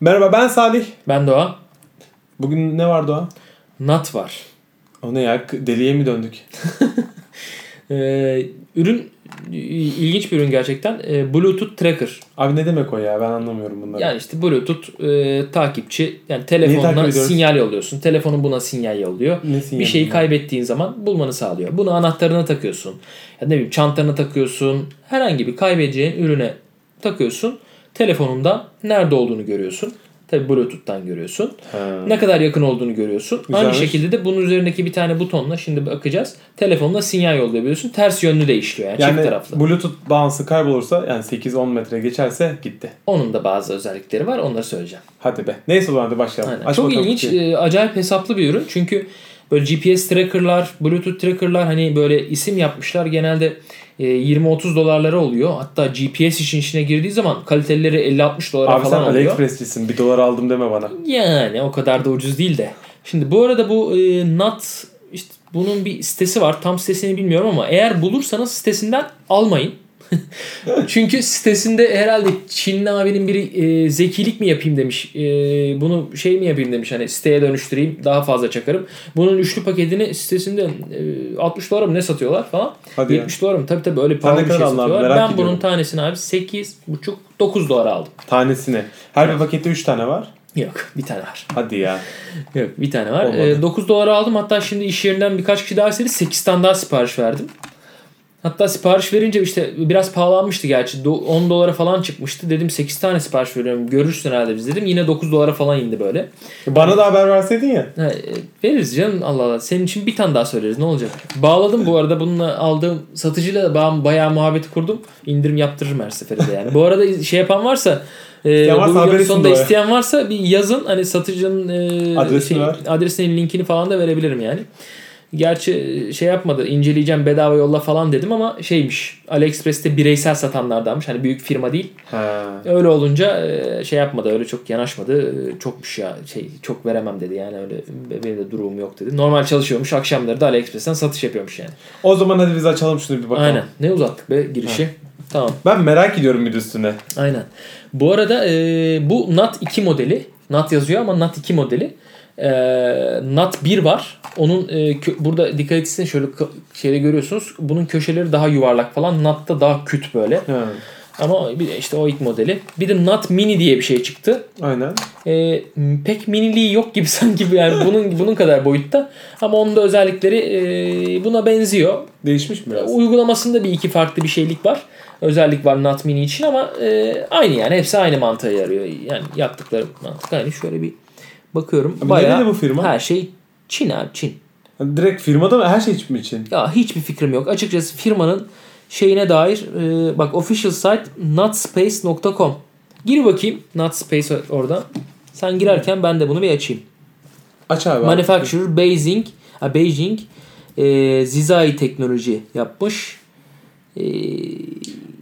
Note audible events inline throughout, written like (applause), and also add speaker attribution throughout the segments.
Speaker 1: Merhaba ben Salih.
Speaker 2: Ben Doğa.
Speaker 1: Bugün ne var Doğa?
Speaker 2: Nat var.
Speaker 1: O ne ya? K- Deliye mi döndük?
Speaker 2: Ee, ürün ilginç bir ürün gerçekten. Ee, Bluetooth tracker.
Speaker 1: Abi ne demek o ya? Ben anlamıyorum bunları.
Speaker 2: Yani işte Bluetooth e, takipçi. Yani
Speaker 1: Neyi takip
Speaker 2: telefonuna
Speaker 1: ediyoruz?
Speaker 2: sinyal yolluyorsun. Telefonun buna sinyal yolluyor.
Speaker 1: Nesin
Speaker 2: Bir şey
Speaker 1: yani?
Speaker 2: şeyi kaybettiğin zaman bulmanı sağlıyor. Bunu anahtarına takıyorsun. Ya ne bileyim çantana takıyorsun. Herhangi bir kaybedeceğin ürüne takıyorsun. Telefonunda nerede olduğunu görüyorsun. Tabii Bluetooth'tan görüyorsun.
Speaker 1: Ha.
Speaker 2: Ne kadar yakın olduğunu görüyorsun. Aynı
Speaker 1: Güzelmiş.
Speaker 2: şekilde de bunun üzerindeki bir tane butonla şimdi bakacağız. Telefonla sinyal yollayabiliyorsun. Ters yönlü de işliyor yani,
Speaker 1: Yani
Speaker 2: çift taraflı.
Speaker 1: Bluetooth bağlantısı kaybolursa yani 8-10 metre geçerse gitti.
Speaker 2: Onun da bazı özellikleri var. Onları söyleyeceğim.
Speaker 1: Hadi be. Neyse o zaman hadi başlayalım.
Speaker 2: Aynen.
Speaker 1: Aç
Speaker 2: Çok
Speaker 1: bakalım
Speaker 2: ilginç,
Speaker 1: kutuyu.
Speaker 2: e, acayip hesaplı bir ürün. Çünkü böyle GPS tracker'lar, Bluetooth tracker'lar hani böyle isim yapmışlar. Genelde e, 20-30 dolarlara oluyor. Hatta GPS işin içine girdiği zaman kalitelileri 50-60 dolara
Speaker 1: Abi sen
Speaker 2: falan oluyor.
Speaker 1: AliExpress'cisin. Bir dolar aldım deme bana.
Speaker 2: Yani o kadar da ucuz değil de. Şimdi bu arada bu e, Nat işte bunun bir sitesi var. Tam sitesini bilmiyorum ama eğer bulursanız sitesinden almayın. (laughs) Çünkü sitesinde herhalde Çinli abinin biri e, zekilik mi yapayım demiş. E, bunu şey mi yapayım demiş hani siteye dönüştüreyim daha fazla çakarım. Bunun üçlü paketini sitesinde e, 60 dolara mı ne satıyorlar falan.
Speaker 1: Hadi ya.
Speaker 2: 70 dolara mı tabii tabii öyle
Speaker 1: Sen ne
Speaker 2: pahalı bir şey
Speaker 1: kadar aldın abi?
Speaker 2: satıyorlar.
Speaker 1: Merak
Speaker 2: Ben
Speaker 1: ediyorum.
Speaker 2: bunun tanesini abi 8,5 9 dolara aldım.
Speaker 1: Tanesini. Her bir pakette 3 tane var.
Speaker 2: Yok bir tane var.
Speaker 1: Hadi ya.
Speaker 2: Yok bir tane var.
Speaker 1: Olmadı.
Speaker 2: Ee, 9 dolara aldım. Hatta şimdi iş yerinden birkaç kişi daha istedi. 8 tane daha sipariş verdim. Hatta sipariş verince işte biraz pahalanmıştı gerçi. Do- 10 dolara falan çıkmıştı. Dedim 8 tane sipariş veriyorum. Görürsün herhalde biz dedim. Yine 9 dolara falan indi böyle.
Speaker 1: Bana da haber verseydin ya.
Speaker 2: Ha, e, veririz canım Allah Allah. Senin için bir tane daha söyleriz. Ne olacak? Bağladım bu arada. Bununla aldığım satıcıyla da ba- bayağı muhabbeti kurdum. İndirim yaptırırım her seferinde yani. bu arada şey yapan varsa e,
Speaker 1: İsteyen varsa
Speaker 2: bu videonun
Speaker 1: haber
Speaker 2: sonunda
Speaker 1: etsin de.
Speaker 2: isteyen varsa bir yazın. Hani satıcının e,
Speaker 1: Adresini
Speaker 2: şey-
Speaker 1: ver.
Speaker 2: adresini linkini falan da verebilirim yani. Gerçi e, şey yapmadı inceleyeceğim bedava yolla falan dedim ama şeymiş AliExpress'te bireysel satanlardanmış hani büyük firma değil
Speaker 1: Ha.
Speaker 2: Öyle olunca e, şey yapmadı öyle çok yanaşmadı E, çokmuş ya şey çok veremem dedi yani öyle be- benim de durumum yok dedi. Normal çalışıyormuş akşamları da AliExpress'ten satış yapıyormuş yani.
Speaker 1: O zaman hadi biz açalım şunu bir bakalım.
Speaker 2: Aynen ne uzattık be girişi. Tamam
Speaker 1: Ben merak ediyorum bir de üstüne.
Speaker 2: aynen. Bu arada e, bu NAT 2 modeli NAT yazıyor ama NAT 2 modeli. E, NAT 1 var. Onun e, kö- burada dikkat etsin şöyle kı- şeyde görüyorsunuz. Bunun köşeleri daha yuvarlak falan. NAT'ta daha küt böyle.
Speaker 1: Ha.
Speaker 2: Ama bir de işte o ilk modeli. Bir de NAT mini diye bir şey çıktı.
Speaker 1: Aynen.
Speaker 2: E, pek miniliği yok gibi (laughs) sanki yani bunun bunun kadar boyutta ama onun da özellikleri e, buna benziyor.
Speaker 1: Değişmiş mi biraz?
Speaker 2: Uygulamasında bir iki farklı bir şeylik var. Özellik var Not Mini için ama e, aynı yani hepsi aynı mantığa yarıyor. Yani yaptıkları mantık aynı. Şöyle bir bakıyorum.
Speaker 1: Abi
Speaker 2: Bayağı
Speaker 1: nereli bu firma?
Speaker 2: Her şey Çin abi Çin.
Speaker 1: Direkt firmada mı? Her şey için mi için?
Speaker 2: Ya hiçbir fikrim yok. Açıkçası firmanın şeyine dair e, bak official site nutspace.com. Gir bakayım nutspace orada. Sen girerken ben de bunu bir açayım.
Speaker 1: Aç abi.
Speaker 2: Manufacturer Beijing, ha, Beijing e, Zizai teknoloji yapmış. E,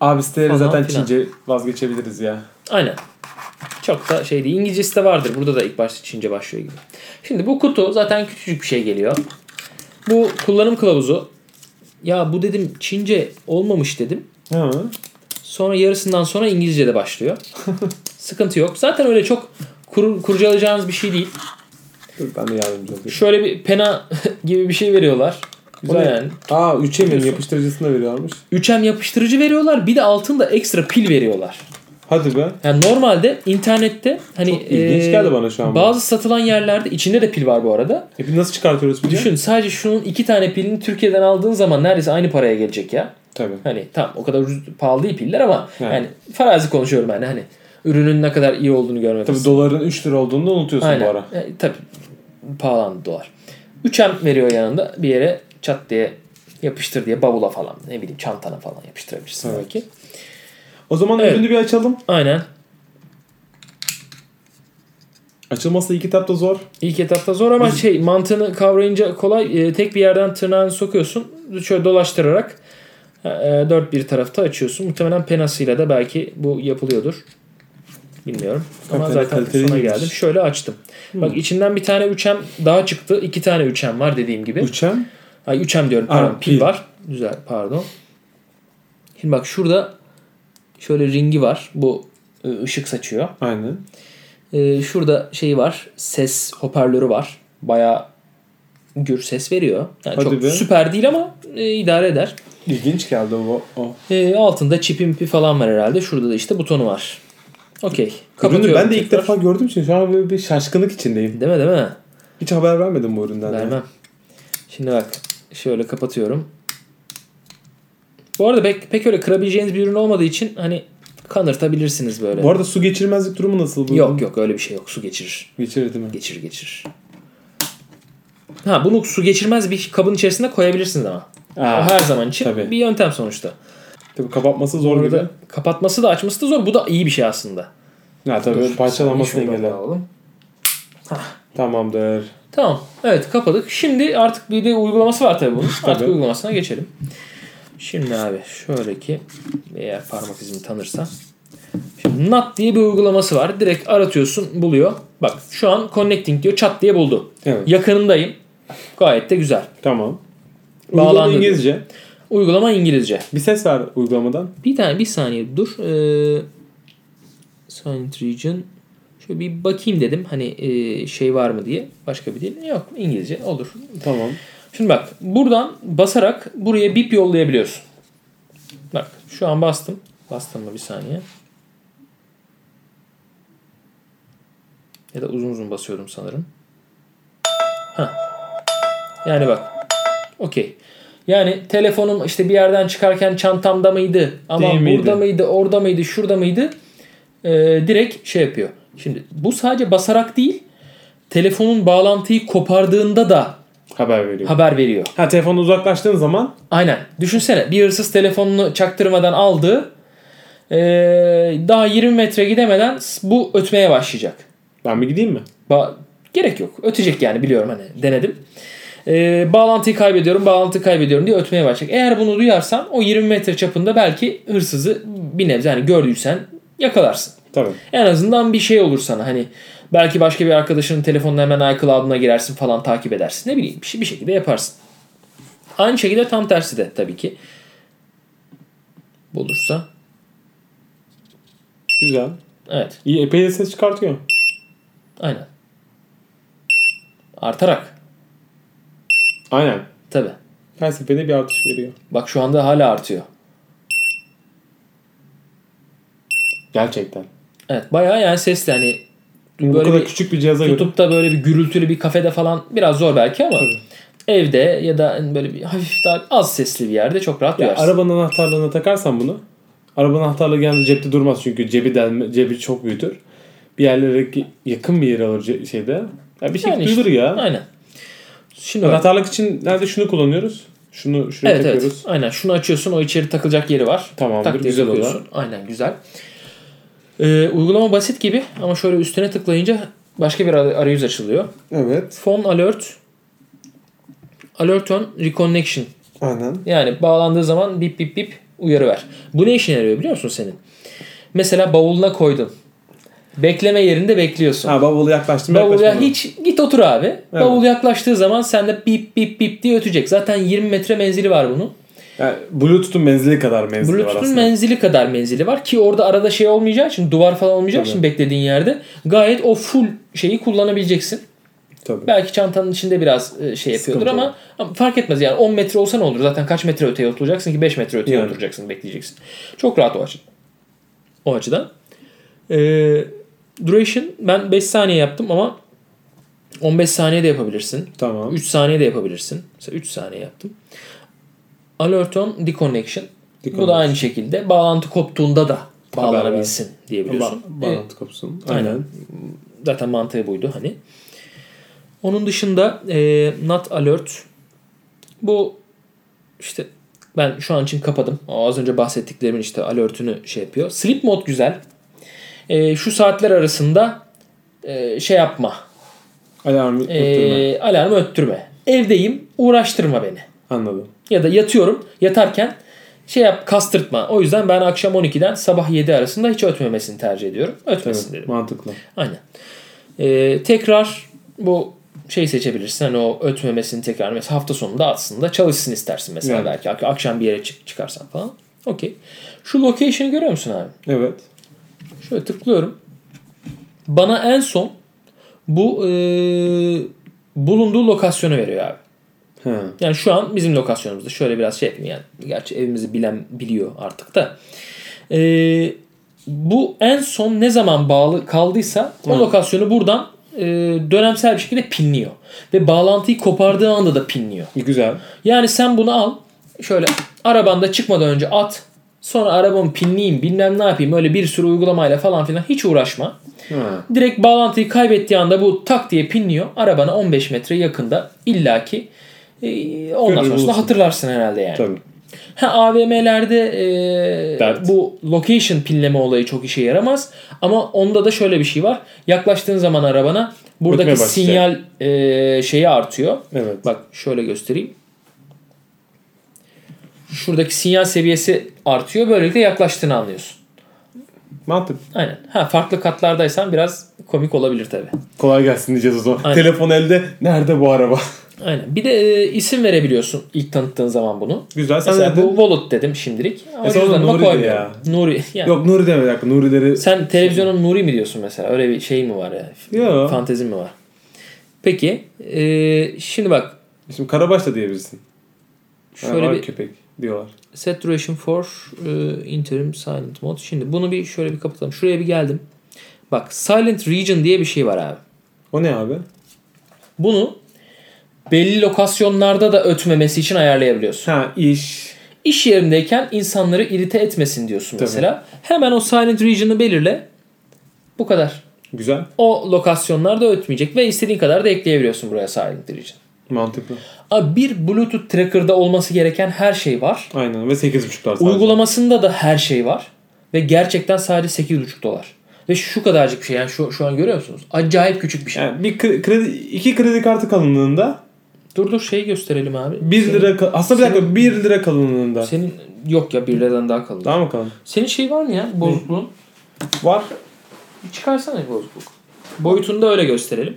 Speaker 1: Abi siteleri
Speaker 2: Falan
Speaker 1: zaten
Speaker 2: filan.
Speaker 1: Çince vazgeçebiliriz ya.
Speaker 2: aynen. Çok da şey değil. İngilizcesi de vardır. Burada da ilk başta Çince başlıyor gibi. Şimdi bu kutu zaten küçücük bir şey geliyor. Bu kullanım kılavuzu. Ya bu dedim Çince olmamış dedim.
Speaker 1: Hı.
Speaker 2: Sonra yarısından sonra İngilizce
Speaker 1: (laughs)
Speaker 2: de başlıyor. Sıkıntı yok. Zaten öyle çok kur, kurcalayacağınız bir şey değil.
Speaker 1: Dur ben de yardımcı olayım.
Speaker 2: Şöyle bir pena (laughs) gibi bir şey veriyorlar.
Speaker 1: O
Speaker 2: Güzel
Speaker 1: ne?
Speaker 2: yani.
Speaker 1: Aa 3'e mi
Speaker 2: Biliyorsun.
Speaker 1: yapıştırıcısını da veriyormuş.
Speaker 2: 3M yapıştırıcı veriyorlar. Bir de altında ekstra pil veriyorlar.
Speaker 1: Hadi be.
Speaker 2: Yani normalde internette hani
Speaker 1: Çok ilginç
Speaker 2: eee,
Speaker 1: geldi bana şu an bu.
Speaker 2: Bazı satılan yerlerde içinde de pil var bu arada.
Speaker 1: E biz nasıl çıkartıyoruz bunu?
Speaker 2: Düşün sadece şunun iki tane pilini Türkiye'den aldığın zaman neredeyse aynı paraya gelecek ya.
Speaker 1: Tabii.
Speaker 2: Hani tamam o kadar ucuz pahalı değil piller ama
Speaker 1: Evet.
Speaker 2: yani farazi konuşuyorum yani hani ürünün ne kadar iyi olduğunu görmek
Speaker 1: Tabii doların 3 lira olduğunu da unutuyorsun bu ara.
Speaker 2: E, tabii. Pahalandı dolar. 3M veriyor yanında bir yere çat diye yapıştır diye bavula falan ne bileyim çantana falan yapıştırabilirsin
Speaker 1: Evet.
Speaker 2: belki.
Speaker 1: O zaman
Speaker 2: Evet.
Speaker 1: ürünü bir açalım.
Speaker 2: Aynen.
Speaker 1: Açılması ilk etapta zor.
Speaker 2: İlk etapta zor ama şey mantığını kavrayınca kolay. E, tek bir yerden tırnağını sokuyorsun. Şöyle dolaştırarak e, dört bir tarafta açıyorsun. Muhtemelen penasıyla da belki bu yapılıyordur. Bilmiyorum. Ama
Speaker 1: Kaliteli-
Speaker 2: zaten
Speaker 1: kaliteli Hmm.
Speaker 2: sona
Speaker 1: değilmiş.
Speaker 2: geldim. Şöyle açtım. Bak içinden bir tane 3M daha çıktı. iki tane 3M var dediğim gibi.
Speaker 1: 3'e.
Speaker 2: Ay 3M diyorum
Speaker 1: Aa,
Speaker 2: pardon. pil.
Speaker 1: pil.
Speaker 2: var. Güzel pardon. Şimdi bak şurada şöyle ringi var. Bu e, ışık saçıyor.
Speaker 1: Aynen.
Speaker 2: Ee, şurada şey var. Ses hoparlörü var. Bayağı gür ses veriyor. Yani
Speaker 1: Hadi
Speaker 2: çok
Speaker 1: be.
Speaker 2: süper değil ama e, idare eder.
Speaker 1: İlginç geldi o. o.
Speaker 2: Ee, altında çipim pi falan var herhalde. Şurada da işte butonu var. Okey.
Speaker 1: Ürünü
Speaker 2: Kapatıyorum
Speaker 1: ben de ilk
Speaker 2: tekrar.
Speaker 1: defa gördüğüm için şu an böyle bir şaşkınlık içindeyim.
Speaker 2: Değil mi değil mi?
Speaker 1: Hiç haber vermedim bu üründen. de.
Speaker 2: Vermem. Şimdi bak şöyle kapatıyorum. Bu arada pek, pek öyle kırabileceğiniz bir ürün olmadığı için hani kanırtabilirsiniz böyle.
Speaker 1: Bu arada su geçirmezlik durumu nasıl? Bu
Speaker 2: Yok yok öyle bir şey yok. Su geçirir.
Speaker 1: Geçirdi mi?
Speaker 2: Geçirir geçirir. Ha bunu su geçirmez bir kabın içerisinde koyabilirsiniz ama. O
Speaker 1: Aa,
Speaker 2: her zaman için
Speaker 1: tabii.
Speaker 2: bir yöntem sonuçta.
Speaker 1: tabii kapatması
Speaker 2: Bu
Speaker 1: zor gibi.
Speaker 2: arada kapatması da açması da zor. Bu da iyi bir şey aslında.
Speaker 1: Ha tabii
Speaker 2: Dur,
Speaker 1: parçalanmasını
Speaker 2: şuradan
Speaker 1: engeller.
Speaker 2: alalım.
Speaker 1: Tamamdır.
Speaker 2: Tamam. Evet kapadık. Şimdi artık bir de uygulaması var tabii bunun.
Speaker 1: (laughs)
Speaker 2: artık
Speaker 1: Tabii.
Speaker 2: uygulamasına geçelim. Şimdi abi şöyle ki eğer parmak izimi tanırsa. Şimdi Nut diye bir uygulaması var. Direkt aratıyorsun buluyor. Bak şu an connecting diyor çat diye buldu.
Speaker 1: Evet.
Speaker 2: Yakınındayım. Gayet de güzel.
Speaker 1: Tamam. Uygulama
Speaker 2: Bağlandı.
Speaker 1: İngilizce.
Speaker 2: Uygulama İngilizce.
Speaker 1: Bir ses ver uygulamadan.
Speaker 2: Bir tane bir saniye dur. Ee, Silent Region. Şöyle bir bakayım dedim. Hani ee, şey var mı diye. Başka bir dil. Yok İngilizce olur.
Speaker 1: Tamam.
Speaker 2: Şimdi bak buradan basarak buraya bip yollayabiliyorsun. Bak şu an bastım. Bastım mı bir saniye. Ya da uzun uzun basıyordum sanırım. Heh. Yani bak. Okey. Yani telefonum işte bir yerden çıkarken çantamda mıydı? Ama
Speaker 1: Değil miydi?
Speaker 2: burada mıydı? Orada mıydı? Şurada mıydı? Ee, direkt şey yapıyor. Şimdi bu sadece basarak değil telefonun bağlantıyı kopardığında da
Speaker 1: Haber veriyor.
Speaker 2: haber veriyor.
Speaker 1: Ha telefonu uzaklaştığın zaman
Speaker 2: Aynen. Düşünsene bir hırsız telefonunu çaktırmadan aldı. Ee, daha 20 metre gidemeden s- bu ötmeye başlayacak.
Speaker 1: ben bir gideyim mi?
Speaker 2: Ba- Gerek yok. Ötecek yani biliyorum hani denedim. Ee, bağlantıyı kaybediyorum, bağlantıyı kaybediyorum diye ötmeye başlayacak. Eğer bunu duyarsan o 20 metre çapında belki hırsızı bir nebze hani gördüysen yakalarsın.
Speaker 1: Tabii.
Speaker 2: En azından bir şey olur sana hani belki başka bir arkadaşının telefonuna hemen iCloud'una girersin falan takip edersin. Ne bileyim bir, şey- bir şekilde yaparsın. Aynı şekilde tam tersi de tabii ki. Bulursa.
Speaker 1: Güzel.
Speaker 2: Evet
Speaker 1: İyi epey de ses çıkartıyor.
Speaker 2: aynen. Artarak
Speaker 1: Aynen.
Speaker 2: tabii.
Speaker 1: Her seferinde bir artış veriyor.
Speaker 2: Bak şu anda hala artıyor.
Speaker 1: Gerçekten.
Speaker 2: Evet bayağı yani sesli hani
Speaker 1: bu
Speaker 2: böyle
Speaker 1: kadar
Speaker 2: bir
Speaker 1: küçük bir cihaza göre.
Speaker 2: tutup da böyle bir gürültülü bir kafede falan biraz zor belki ama
Speaker 1: Tabii.
Speaker 2: evde ya da hani böyle bir hafif daha az sesli bir yerde çok rahat
Speaker 1: Ya,
Speaker 2: duyarsın.
Speaker 1: arabanın anahtarlığına takarsan bunu. Arabanın anahtarlığı genelde cepte durmaz çünkü cebi delme, cebi çok büyütür. Bir yerlere ki- yakın bir yere alır ce- şeyde. Ya bir şey
Speaker 2: Yani
Speaker 1: duyulur ya.
Speaker 2: Aynen. Şimdi bak.
Speaker 1: Anahtarlık için nerede şunu kullanıyoruz? Şunu şuraya
Speaker 2: Evet
Speaker 1: takıyoruz.
Speaker 2: evet. Aynen. Şunu açıyorsun. O içeri takılacak yeri var.
Speaker 1: Tamamdır,
Speaker 2: Tak diye
Speaker 1: güzel olan.
Speaker 2: takıyorsun. Aynen güzel. Ee, uygulama basit gibi ama şöyle üstüne tıklayınca başka bir ar- arayüz açılıyor.
Speaker 1: Evet.
Speaker 2: Phone alert. Alert on reconnection.
Speaker 1: Aynen.
Speaker 2: Yani bağlandığı zaman bip bip bip uyarı ver. Bu ne işine yarıyor biliyor musun senin? Mesela bavuluna koydun. Bekleme yerinde bekliyorsun.
Speaker 1: Ha bavulu yaklaştım.
Speaker 2: Bavula
Speaker 1: yaklaşmadım.
Speaker 2: hiç git otur abi. Bavul yaklaştığı zaman sende bip bip bip diye ötecek. Zaten 20 metre menzili var bunun.
Speaker 1: Yani Bluetooth'un menzili kadar menzili var
Speaker 2: Bluetooth'un
Speaker 1: aslında.
Speaker 2: menzili kadar menzili var ki orada arada şey olmayacağı için duvar falan olmayacağı
Speaker 1: Tabii.
Speaker 2: için beklediğin yerde gayet o full şeyi kullanabileceksin.
Speaker 1: Tabii.
Speaker 2: Belki çantanın içinde biraz e, şey yapıyordur
Speaker 1: Sıkıntı
Speaker 2: ama, ama fark etmez yani 10 metre olsa ne olur? Zaten kaç metre öteye oturacaksın ki 5 metre öteye
Speaker 1: Yani.
Speaker 2: oturacaksın bekleyeceksin. Çok rahat o açıdan. O açıdan. Ee, duration ben 5 saniye yaptım ama 15 saniye de yapabilirsin.
Speaker 1: Tamam.
Speaker 2: 3 saniye de yapabilirsin. Mesela 3 saniye yaptım. Alert on deconnection. Bu da
Speaker 1: Deconnection.
Speaker 2: aynı şekilde bağlantı koptuğunda da
Speaker 1: Haber ver.
Speaker 2: bağlanabilsin diyebiliyorsun.
Speaker 1: Ba- bağlantı kopsun.
Speaker 2: Aynen.
Speaker 1: Aynen.
Speaker 2: Zaten mantığı buydu hani. Onun dışında e, not alert bu işte ben şu an için kapadım. O Az önce bahsettiklerimin işte alertünü şey yapıyor. Sleep mode güzel. E, şu saatler arasında e, şey yapma.
Speaker 1: Alarm
Speaker 2: E,
Speaker 1: tutturma.
Speaker 2: alarmı öttürme. Evdeyim uğraştırma beni.
Speaker 1: Anladım.
Speaker 2: Ya da yatıyorum yatarken şey yap kastırtma. O yüzden ben akşam 12'den sabah 7 arasında hiç ötmemesini tercih ediyorum. Ötmesin dedim.
Speaker 1: Evet, mantıklı.
Speaker 2: Aynen. Ee, tekrar bu şey seçebilirsin. Hani o ötmemesini tekrar mesela hafta sonunda atsın da çalışsın istersin mesela
Speaker 1: Yani.
Speaker 2: belki. Ak- Akşam bir yere çık çıkarsan falan. Okey. Şu location'ı görüyor musun abi?
Speaker 1: Evet.
Speaker 2: Şöyle tıklıyorum. Bana en son bu e, bulunduğu lokasyonu veriyor abi.
Speaker 1: Ha.
Speaker 2: Yani şu an bizim lokasyonumuzda. Şöyle biraz şey yapayım yani. Gerçi evimizi bilen biliyor artık da. Ee, bu en son ne zaman bağlı kaldıysa o
Speaker 1: Hı.
Speaker 2: lokasyonu buradan e, dönemsel bir şekilde pinliyor. Ve bağlantıyı kopardığı anda da pinliyor.
Speaker 1: Güzel.
Speaker 2: Yani sen bunu al şöyle arabanda çıkmadan önce at. Sonra arabamı pinleyeyim bilmem ne yapayım öyle bir sürü uygulamayla falan filan hiç uğraşma.
Speaker 1: Ha.
Speaker 2: Direkt bağlantıyı kaybettiği anda bu tak diye pinliyor. Arabana 15 metre yakında illaki e, ondan
Speaker 1: Görür
Speaker 2: sonrasında
Speaker 1: bulursun.
Speaker 2: hatırlarsın herhalde yani.
Speaker 1: Tabii.
Speaker 2: Ha AVM'lerde
Speaker 1: Dert.
Speaker 2: e, bu location pinleme olayı çok işe yaramaz. Ama onda da şöyle bir şey var. Yaklaştığın zaman arabana buradaki
Speaker 1: Ötmeye başlayacak.
Speaker 2: sinyal e, şeyi artıyor.
Speaker 1: Evet.
Speaker 2: Bak şöyle göstereyim. Şuradaki sinyal seviyesi artıyor. Böylelikle yaklaştığını anlıyorsun.
Speaker 1: Mantık.
Speaker 2: Aynen. Ha farklı katlardaysan biraz komik olabilir tabii.
Speaker 1: Kolay gelsin diyeceğiz o zaman.
Speaker 2: Aynen.
Speaker 1: Telefon elde. Nerede bu araba? (laughs)
Speaker 2: Aynen. Bir de e, isim verebiliyorsun ilk tanıttığın zaman bunu.
Speaker 1: Güzel. Sen
Speaker 2: Mesela
Speaker 1: dedin.
Speaker 2: E, bu Volut dedim şimdilik. Ama
Speaker 1: E, sonra
Speaker 2: cüzdanıma
Speaker 1: Nuri'di
Speaker 2: koymuyorum.
Speaker 1: ya.
Speaker 2: Nuri. Yani
Speaker 1: Yok Nuri deme bir dakika. Nurileri
Speaker 2: Sen televizyonun Nuri mi diyorsun mesela? Öyle bir şey mi var ya?
Speaker 1: Yo.
Speaker 2: Fantezi mi var? Peki. e, şimdi bak.
Speaker 1: Şimdi Karabaş da diyebilirsin.
Speaker 2: Şöyle bir
Speaker 1: köpek diyorlar.
Speaker 2: Set duration for e, interim silent mode. Şimdi bunu bir şöyle bir kapatalım. Şuraya bir geldim. Bak silent region diye bir şey var abi.
Speaker 1: O ne abi?
Speaker 2: Bunu belli lokasyonlarda da ötmemesi için ayarlayabiliyorsun.
Speaker 1: Ha iş.
Speaker 2: İş yerindeyken insanları irite etmesin diyorsun
Speaker 1: Tabii.
Speaker 2: mesela. Hemen o silent region'ı belirle. Bu kadar.
Speaker 1: Güzel.
Speaker 2: O lokasyonlarda ötmeyecek ve istediğin kadar da ekleyebiliyorsun buraya silent region.
Speaker 1: Mantıklı.
Speaker 2: Abi bir Bluetooth tracker'da olması gereken her şey var.
Speaker 1: Aynen ve 8.5 dolar sadece.
Speaker 2: Uygulamasında da her şey var. Ve gerçekten sadece 8,5 dolar. Ve şu kadarcık bir şey yani şu, şu an görüyor musunuz? Acayip küçük bir şey.
Speaker 1: Yani bir kre- kredi, iki kredi kartı kalınlığında
Speaker 2: Dur dur şey gösterelim abi.
Speaker 1: 1
Speaker 2: Senin-
Speaker 1: lira kal- aslında bir dakika 1 lira kalınlığında.
Speaker 2: Senin yok ya 1 liradan daha kalın.
Speaker 1: Daha mı kalın?
Speaker 2: Senin şey var mı ya bozukluğun?
Speaker 1: Var.
Speaker 2: Bir Çıkarsana bir bozukluk. Boyutunu da öyle gösterelim.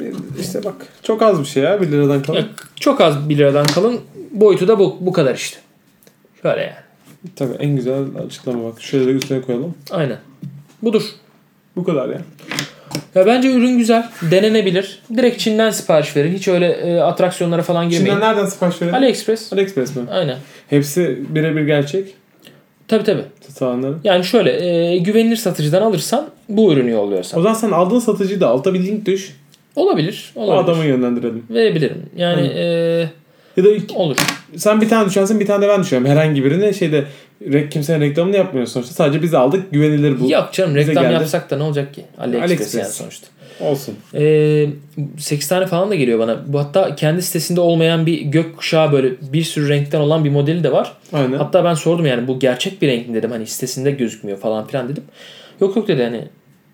Speaker 1: Bir- İşte bak çok az bir şey ya 1 liradan kalın.
Speaker 2: Ya, çok az 1 liradan kalın. Boyutu da bu, bu kadar işte. Şöyle yani.
Speaker 1: Tabii en güzel açıklama bak. Şöyle de üstüne koyalım.
Speaker 2: Aynen. Budur.
Speaker 1: Bu kadar ya.
Speaker 2: Ya bence ürün güzel. Denenebilir. Direkt Çin'den sipariş verin. Hiç öyle e, atraksiyonlara falan girmeyin.
Speaker 1: Çin'den nereden sipariş verelim?
Speaker 2: AliExpress.
Speaker 1: AliExpress mi?
Speaker 2: Aynen.
Speaker 1: Hepsi birebir gerçek.
Speaker 2: Tabi tabi.
Speaker 1: Satanların.
Speaker 2: Yani şöyle e, güvenilir satıcıdan alırsan bu ürünü yolluyor
Speaker 1: O
Speaker 2: sana.
Speaker 1: zaman sen aldığın satıcıyı da alta bir link düş.
Speaker 2: Olabilir.
Speaker 1: O
Speaker 2: Olabilir.
Speaker 1: adamı yönlendirelim.
Speaker 2: Verebilirim. Yani e,
Speaker 1: Ya da ilk-
Speaker 2: olur.
Speaker 1: sen bir tane düşersin bir tane de ben düşüyorum. Herhangi birine şeyde re- kimsenin reklamını yapmıyoruz sonuçta. Sadece biz aldık güvenilir bu.
Speaker 2: Yok canım
Speaker 1: Bize
Speaker 2: reklam
Speaker 1: geldi.
Speaker 2: yapsak da ne olacak ki? AliExpress,
Speaker 1: AliExpress.
Speaker 2: yani sonuçta.
Speaker 1: Olsun.
Speaker 2: E, 8 tane falan da geliyor bana. Bu hatta kendi sitesinde olmayan bir gökkuşağı böyle bir sürü renkten olan bir modeli de var.
Speaker 1: Aynen.
Speaker 2: Hatta ben sordum yani bu gerçek bir renk mi dedim. Hani sitesinde gözükmüyor falan filan dedim. Yok yok dedi hani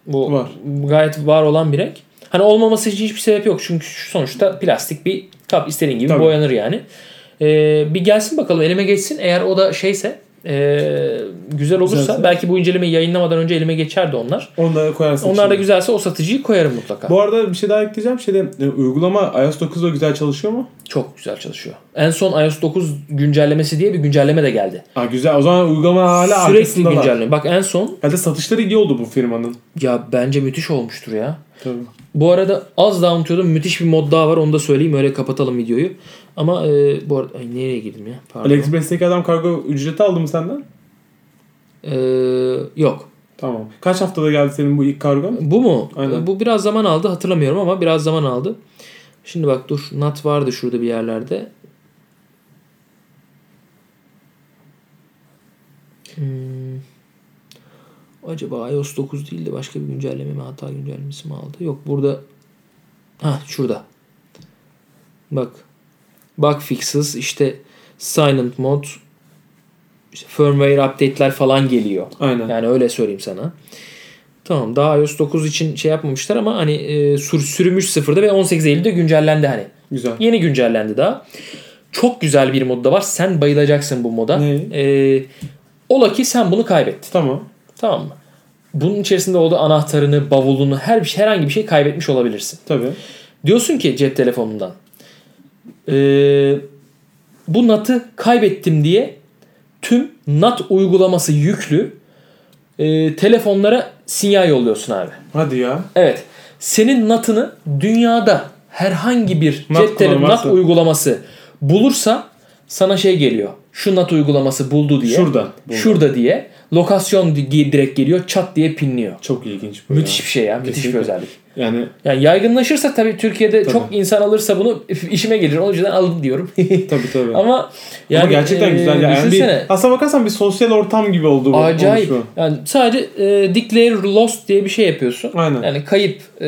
Speaker 2: bu
Speaker 1: Var.
Speaker 2: bu gayet var olan bir renk. Hani olmaması için hiçbir sebep yok. Çünkü şu sonuçta plastik bir kap istediğin gibi
Speaker 1: Tabii.
Speaker 2: boyanır yani. Ee, bir gelsin bakalım elime geçsin. Eğer o da şeyse ee, güzel olursa
Speaker 1: Güzelse.
Speaker 2: belki bu incelemeyi yayınlamadan önce elime geçerdi onlar.
Speaker 1: Onu da koyarsın.
Speaker 2: Onlar da
Speaker 1: içine.
Speaker 2: güzelse o satıcıyı koyarım mutlaka.
Speaker 1: Bu arada bir şey daha ekleyeceğim. Şeyde e, uygulama iOS 9'da güzel çalışıyor mu?
Speaker 2: Çok güzel çalışıyor. En son iOS 9 güncellemesi diye bir güncelleme de geldi.
Speaker 1: Ha güzel. O zaman uygulama hala
Speaker 2: Sürekli
Speaker 1: arkasındalar.
Speaker 2: güncelleme. Bak en son
Speaker 1: Hadi satışları iyi oldu bu firmanın.
Speaker 2: ya bence müthiş olmuştur ya.
Speaker 1: Tabii.
Speaker 2: Bu arada az daha unutuyordum. Müthiş bir mod daha var. Onu da söyleyeyim. Öyle kapatalım videoyu. Ama e, bu arada... Ay, nereye girdim ya? Pardon.
Speaker 1: AliExpress'teki adam kargo ücreti aldı mı senden?
Speaker 2: E, yok.
Speaker 1: Tamam. Kaç haftada geldi senin bu ilk kargon?
Speaker 2: Bu mu?
Speaker 1: Aynen.
Speaker 2: E, Bu biraz zaman aldı. Hatırlamıyorum ama biraz zaman aldı. Şimdi bak dur. Nat vardı şurada bir yerlerde. Hmm. Acaba iOS 9 değil de başka bir güncelleme mi? Hata güncellemesi mi aldı? Yok burada. Ha şurada. Bak. Bug fixes işte silent mode işte firmware update'ler falan geliyor.
Speaker 1: Aynen.
Speaker 2: Yani öyle söyleyeyim sana. Tamam daha iOS 9 için şey yapmamışlar ama hani e, sür, sürümüş sıfırda ve 18 Eylül'de güncellendi hani.
Speaker 1: Güzel.
Speaker 2: Yeni güncellendi daha. Çok güzel bir mod da var. Sen bayılacaksın bu moda.
Speaker 1: Ne?
Speaker 2: E, ola ki sen bunu kaybettin.
Speaker 1: Tamam.
Speaker 2: Tamam mı? Bunun içerisinde olduğu anahtarını, bavulunu, her bir şey, herhangi bir şey kaybetmiş olabilirsin.
Speaker 1: Tabii.
Speaker 2: Diyorsun ki cep telefonundan. "Ee, bu NAT'ı kaybettim diye tüm NAT uygulaması yüklü e, telefonlara sinyal yolluyorsun abi.
Speaker 1: Hadi ya.
Speaker 2: Evet. Senin NAT'ını dünyada herhangi bir
Speaker 1: NAT
Speaker 2: cep telefonu NAT
Speaker 1: kullanmazsa.
Speaker 2: uygulaması bulursa sana şey geliyor. Şu NAT uygulaması buldu diye.
Speaker 1: Şuradan. buldum.
Speaker 2: Şurada diye. Lokasyon di- direkt geliyor. Çat diye pinliyor.
Speaker 1: Çok ilginç bu
Speaker 2: Müthiş bir şey ya. Müthiş bir
Speaker 1: Kesinlikle.
Speaker 2: özellik.
Speaker 1: ya. Yani
Speaker 2: Yani yaygınlaşırsa tabii Türkiye'de
Speaker 1: Tabii.
Speaker 2: çok insan alırsa bunu işime gelir. O yüzden aldım diyorum. (laughs)
Speaker 1: tabii tabii. Ama,
Speaker 2: Ama yani
Speaker 1: gerçekten
Speaker 2: e,
Speaker 1: güzel. Yani
Speaker 2: düşünsene.
Speaker 1: bir, aslına bakarsan bir sosyal ortam gibi oldu bu.
Speaker 2: Acayip.
Speaker 1: oluşu.
Speaker 2: Yani sadece e, declare lost diye bir şey yapıyorsun.
Speaker 1: Aynen.
Speaker 2: Yani kayıp e,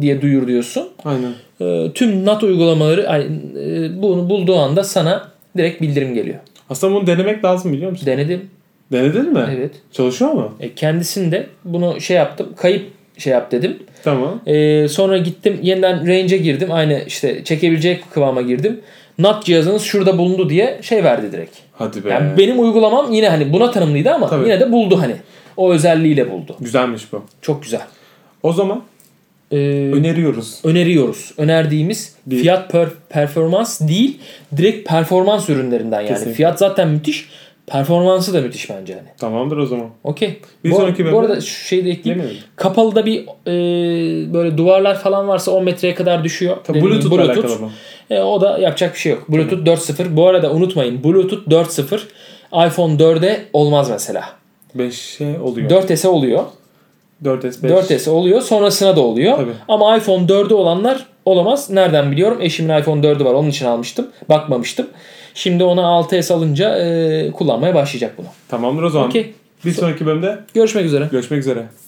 Speaker 2: diye duyur diyorsun.
Speaker 1: Aynen.
Speaker 2: E, tüm NAT uygulamaları yani, e, bunu bulduğu anda sana direkt bildirim geliyor.
Speaker 1: Aslında bunu denemek lazım biliyor musun?
Speaker 2: Denedim.
Speaker 1: Denedin mi?
Speaker 2: Evet.
Speaker 1: Çalışıyor mu?
Speaker 2: E, kendisinde bunu şey yaptım. Kayıp şey yap dedim.
Speaker 1: Tamam.
Speaker 2: E, sonra gittim yeniden range'e girdim. Aynı işte çekebilecek kıvama girdim. NAT cihazınız şurada bulundu diye şey verdi direkt.
Speaker 1: Hadi be.
Speaker 2: Yani benim uygulamam yine hani buna tanımlıydı ama
Speaker 1: Tabii.
Speaker 2: yine de buldu hani. O özelliğiyle buldu.
Speaker 1: Güzelmiş bu.
Speaker 2: Çok güzel.
Speaker 1: O zaman
Speaker 2: Ee,
Speaker 1: öneriyoruz.
Speaker 2: öneriyoruz. Önerdiğimiz
Speaker 1: Bir-
Speaker 2: fiyat per performans değil, direkt performans ürünlerinden yani.
Speaker 1: Kesinlikle.
Speaker 2: Fiyat zaten müthiş, performansı da müthiş bence hani.
Speaker 1: Tamamdır o zaman.
Speaker 2: Okey.
Speaker 1: Bir
Speaker 2: bu,
Speaker 1: sonraki bölümde-
Speaker 2: bu arada şu şeyi de
Speaker 1: Değil
Speaker 2: ekleyeyim.
Speaker 1: mi?
Speaker 2: Kapalıda bir e, böyle duvarlar falan varsa 10 metreye kadar düşüyor.
Speaker 1: Tabii
Speaker 2: Dediğim gibi
Speaker 1: Bluetooth'la alakalı bu.
Speaker 2: E, o da yapacak bir şey yok. Bluetooth 4.0. Bu arada unutmayın Bluetooth 4.0 iPhone 4'e olmaz mesela.
Speaker 1: 5'e oluyor.
Speaker 2: 4S'e oluyor.
Speaker 1: 4S 5.
Speaker 2: 4S oluyor. Sonrasına da oluyor.
Speaker 1: Tabii.
Speaker 2: Ama iPhone 4'ü olanlar olamaz. Nereden biliyorum? Eşimin iPhone 4'ü var. Onun için almıştım. Bakmamıştım. Şimdi ona 6S alınca e, kullanmaya başlayacak bunu.
Speaker 1: Tamamdır o zaman.
Speaker 2: Okey.
Speaker 1: Bir sonraki bölümde
Speaker 2: Görüşmek üzere.
Speaker 1: görüşmek üzere.